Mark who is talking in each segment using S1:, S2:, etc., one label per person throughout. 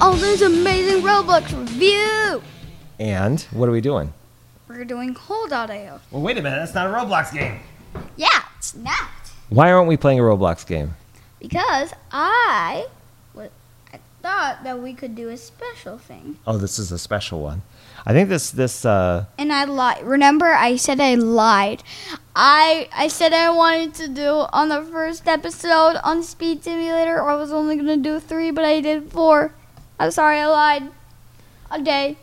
S1: all those amazing Roblox review.
S2: And what are we doing?
S1: We're doing Hole.io.
S3: Well, wait a minute. That's not a Roblox game.
S1: Yeah, it's not.
S2: Why aren't we playing a Roblox game?
S1: Because I, wa- I thought that we could do a special thing.
S2: Oh, this is a special one. I think this this uh,
S1: And I lied. Remember, I said I lied. I I said I wanted to do on the first episode on Speed Simulator, I was only gonna do three, but I did four. I'm sorry, I lied. A day.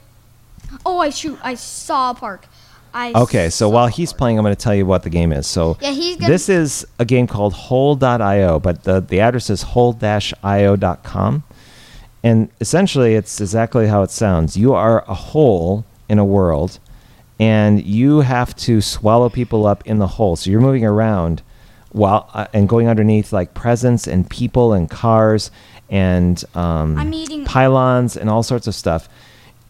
S1: Oh, I shoot! I saw a park. I
S2: okay. So
S1: saw
S2: while
S1: a
S2: he's
S1: park.
S2: playing, I'm going to tell you what the game is. So
S1: Yeah, he's gonna.
S2: this is a game called Hole.io, but the the address is hole-io.com, and essentially it's exactly how it sounds. You are a hole in a world, and you have to swallow people up in the hole. So you're moving around while uh, and going underneath like presents and people and cars and um,
S1: I'm eating-
S2: pylons and all sorts of stuff.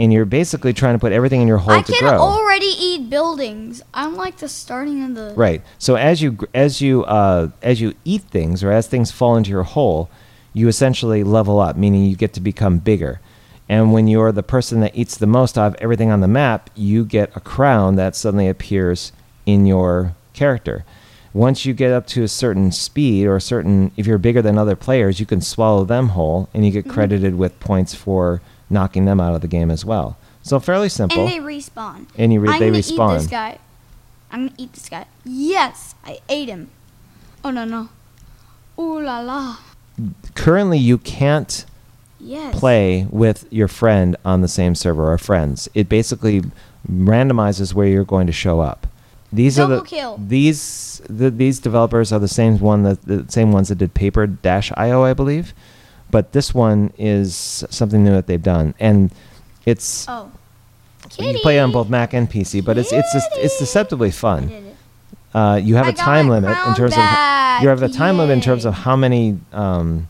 S2: And you're basically trying to put everything in your hole
S1: I
S2: to
S1: can
S2: grow.
S1: already eat buildings. I'm like the starting of the.
S2: Right. So as you gr- as you uh, as you eat things or as things fall into your hole, you essentially level up, meaning you get to become bigger. And when you're the person that eats the most of everything on the map, you get a crown that suddenly appears in your character. Once you get up to a certain speed or a certain if you're bigger than other players, you can swallow them whole and you
S1: Mm-hmm.
S2: get credited with points for knocking them out of the game as well. So fairly simple.
S1: And they respawn.
S2: And you re-
S1: I'm
S2: they
S1: gonna
S2: respawn.
S1: eat this guy. I'm gonna eat this guy. Yes, I ate him. Oh no no. Ooh la la.
S2: Currently you can't
S1: Yes.
S2: play with your friend on the same server or friends. It basically randomizes where you're going to show up. These are
S1: Double
S2: the
S1: kill.
S2: these the, these developers are the same one that the same ones that did Paper Dash IO, I believe. But this one is something new that they've done, and it's
S1: Oh.
S2: you can play it on both Mac and PC. But it's it's just, it's
S1: Kitty.
S2: deceptively
S1: I
S2: fun.
S1: did it.
S2: Uh, you have
S1: I
S2: a
S1: got
S2: time
S1: my
S2: limit in
S1: crown
S2: terms
S1: back.
S2: of you have a time limit in terms
S1: Yay.
S2: of how many um,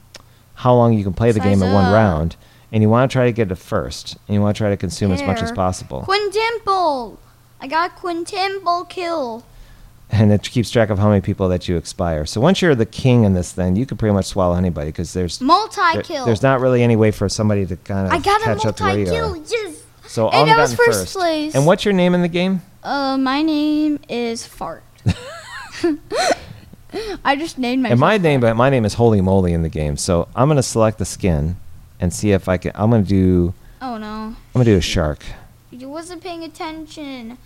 S2: how long you can play the game
S1: Size
S2: at one
S1: up.
S2: round, and you want to try to get it first, and you want to try to consume as much as
S1: There.
S2: possible,
S1: Quintemple. I got quintemple kill.
S2: and it keeps track of how many people that you expire. So once you're the king in this thing, you can pretty much swallow anybody because there's
S1: Multi
S2: there-
S1: kill.
S2: there's not really any way for somebody to kind of
S1: I got a
S2: catch up to where
S1: multi
S2: you
S1: kill.
S2: are.
S1: Yes.
S2: So
S1: And
S2: all
S1: I was
S2: gotten
S1: first place.
S2: And what's your name in the game?
S1: Uh, my name is Fart. I just named myself.
S2: And my name, but my name is Holy Moly in the game. So I'm gonna select the skin and see if I can. I'm gonna do.
S1: oh no.
S2: I'm gonna do a shark.
S1: You wasn't paying attention.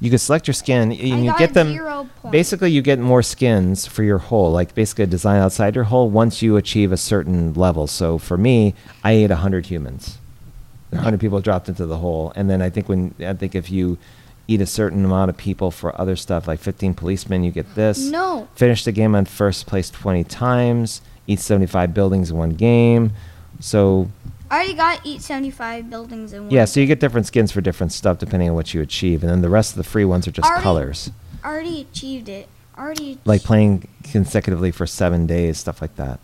S2: you can select your skin and
S1: I
S2: you
S1: got
S2: get them
S1: zero points.
S2: basically you get more skins for your hole like basically a design outside your hole once you achieve a certain level so for me i ate 100 humans 100 people dropped into the hole and then i think when i think if you eat a certain amount of people for other stuff like 15 policemen you get this
S1: No.
S2: finish the game on first place 20 times eat 75 buildings in one game so
S1: I already got eat 75 buildings in one.
S2: yeah so you get different skins for different stuff depending on what you achieve and then the rest of the free ones are just
S1: Already-
S2: colors
S1: already achieved it. Already
S2: like playing consecutively for seven days, stuff like that.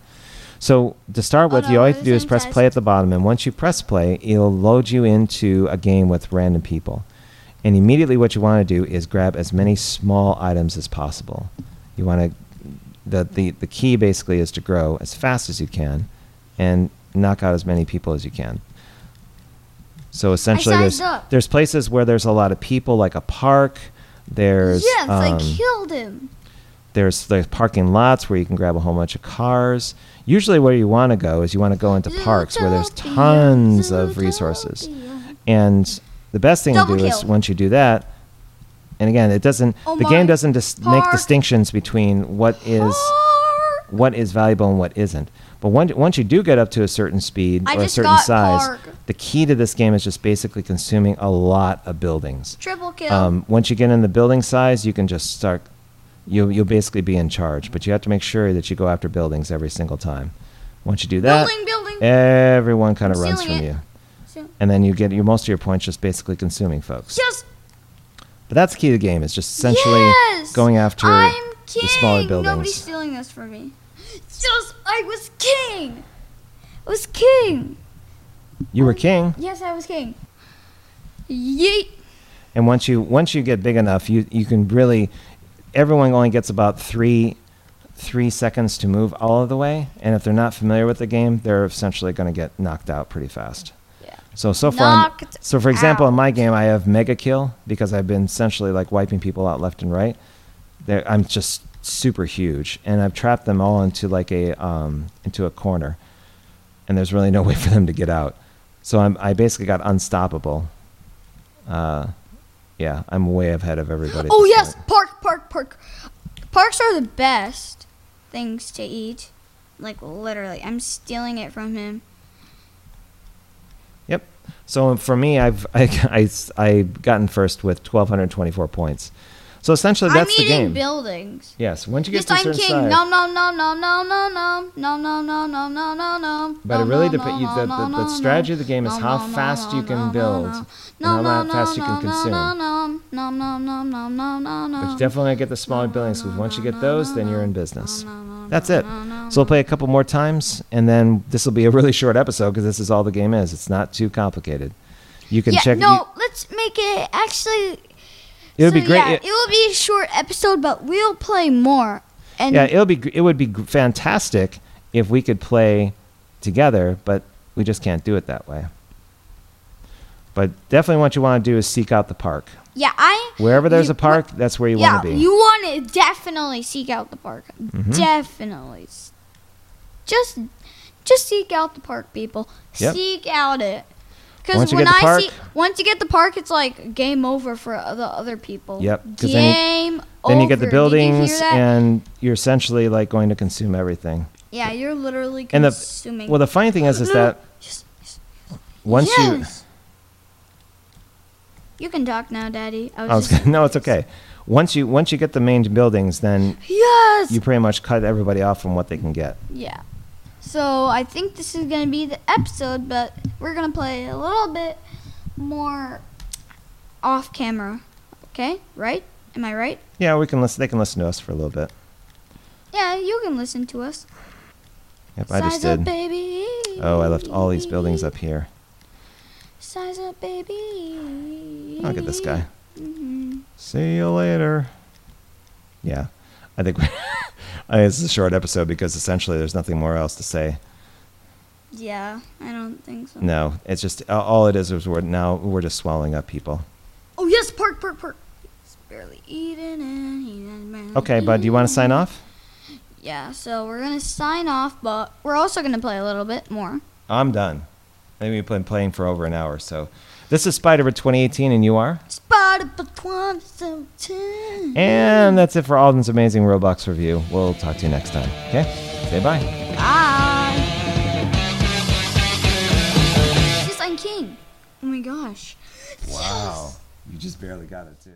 S2: So to start
S1: Oh,
S2: with,
S1: no,
S2: you all you have
S1: those
S2: to do is
S1: aren't
S2: press
S1: tests.
S2: play at the bottom, and once you press play, it'll load you into a game with random people. And immediately, what you want to do is grab as many small items as possible. You want to the, the the key basically is to grow as fast as you can, and knock out as many people as you can. So essentially,
S1: sized
S2: there's
S1: up.
S2: there's places where there's a lot of people, like a park. There's
S1: Yes, I
S2: um,
S1: killed him.
S2: there's there's parking lots where you can grab a whole bunch of cars. Usually, where you want to go is you want to go into parks where there's
S1: Zootopia,
S2: tons of resources.
S1: Zootopia.
S2: And the best thing
S1: Double
S2: to do is
S1: kill.
S2: once you do that, and again, it doesn't.
S1: Oh
S2: the
S1: my
S2: game doesn't dis- make
S1: park.
S2: distinctions between what is
S1: Park.
S2: what is valuable and what isn't. But once once you do get up to a certain speed
S1: I
S2: or a
S1: just
S2: certain
S1: got
S2: size,
S1: park.
S2: the key to this game is just basically consuming a lot of buildings.
S1: Triple kill.
S2: Um, once you get in the building size, you can just start. You'll you'll basically be in charge, but you have to make sure that you go after buildings every single time. Once you do that,
S1: building, building.
S2: everyone kind of
S1: I'm
S2: runs from
S1: stealing it.
S2: you,
S1: So-
S2: and then you get your most of your points just basically consuming folks.
S1: Yes.
S2: But that's the key to the game is just essentially
S1: yes!
S2: going after
S1: I'm king.
S2: the smaller
S1: Nobody's
S2: buildings.
S1: stealing this from me. Yes, I was king. I was king.
S2: You were king,
S1: Yes, I was king. Yeet.
S2: and once you once you get big enough, you you can really. Everyone only gets about three three seconds to move all of the way, and if they're not familiar with the game, they're essentially going to get knocked out pretty fast.
S1: Yeah.
S2: So so far, I'm-
S1: Knocked
S2: so for example, in
S1: out.
S2: my game, I have mega kill because I've been essentially like wiping people out left and right. They're, I'm just super huge, and I've trapped them all into like a um, into a corner, and there's really no way for them to get out. So I'm I basically got unstoppable. Uh, yeah, I'm way ahead of everybody. at
S1: Oh
S2: this
S1: yes,
S2: point.
S1: park, park, park. Parks are the best things to eat. Like literally, I'm stealing it from him.
S2: Yep. So for me, I've I, I, I've gotten first with 1,224 points. So essentially,
S1: I'm
S2: that's the
S1: eating
S2: game.
S1: buildings.
S2: yes. Once you get
S1: Yes,
S2: to a
S1: I'm
S2: certain
S1: king.
S2: size,
S1: Nom nom nom nom nom nom nom nom nom nom nom nom nom nom.
S2: But it
S1: nom,
S2: really
S1: nom, nom,
S2: depends. You, the,
S1: nom,
S2: the,
S1: nom,
S2: the
S1: nom,
S2: strategy of the game is
S1: nom,
S2: how
S1: nom,
S2: fast
S1: nom,
S2: you
S1: nom,
S2: can
S1: nom,
S2: build
S1: nom,
S2: and how
S1: nom,
S2: fast you
S1: nom,
S2: can
S1: nom,
S2: consume.
S1: nom, nom, nom, nom, nom, nom, nom,
S2: But you
S1: nom.
S2: definitely wanna get the smaller buildings because once you get those, then you're in business. That's it. So we'll play a couple more times, and then this will be a really short episode because this is all the game is. It's not too complicated. You can
S1: Yeah,
S2: check.
S1: no, let's make it actually.
S2: you- it would
S1: so,
S2: be great.
S1: Yeah,
S2: i-
S1: it will be a short episode, but we'll play more. And
S2: yeah, it'll be gr- it would be gr- fantastic if we could play together, but we just can't do it that way. But definitely, what you want to do is seek out the park.
S1: yeah, I
S2: Wherever there's
S1: you-
S2: a park, that's where you
S1: yeah,
S2: want to be. Mm-hmm.
S1: you want to definitely seek out the park. Definitely, S- just just seek out the park, people.
S2: Yep.
S1: Seek out it.
S2: Once
S1: Because
S2: you
S1: when
S2: get the
S1: I
S2: park-
S1: see once you get the park, it's like game over for the other people.
S2: Yep, 'cause
S1: Game
S2: then you-
S1: over.
S2: then you get the
S1: Did hear
S2: buildings,
S1: that?
S2: and you're essentially like going to consume everything.
S1: yeah, you're literally
S2: And the-
S1: consuming.
S2: Well, the funny thing is, is
S1: No,
S2: that
S1: yes, yes.
S2: once
S1: Yes. you can talk now, Daddy. I
S2: you,
S1: was,
S2: I was
S1: just
S2: gonna- no, Oh, it's okay. Once you once you get the main buildings, then
S1: Yes.
S2: you pretty much cut everybody off from what they can get.
S1: yeah. So I think this is gonna be the episode, but we're gonna play a little bit more off camera. Okay, right? Am I right?
S2: Yeah, we can listen. They can listen to us for a little bit.
S1: Yeah, you can listen to us.
S2: Yep, I just
S1: Size up,
S2: did.
S1: baby.
S2: Oh, I left all these buildings up here.
S1: Size up, baby.
S2: Look at this guy.
S1: Mhm.
S2: See you later. Yeah, I think we I mean, it's a short episode because essentially there's nothing more else to say.
S1: Yeah, I don't think so.
S2: No, it's just a- all it is is we're now we're just swallowing up people.
S1: Oh yes, park, park, park. He's barely eating it. He hasn't barely
S2: Okay, bud, do you want to sign off?
S1: eaten. Yeah, so we're gonna sign off, but we're also gonna play a little bit more.
S2: I'm done. I think we've been playing for over an hour, so this is Spiderwood 2018, and you are.
S1: Spider Patwan seventeen.
S2: And that's it for Alden's amazing Roblox review. We'll talk to you next time. Okay, say bye.
S1: Bye. Yes, I'm king. Oh my gosh.
S2: Wow, you just barely got it too.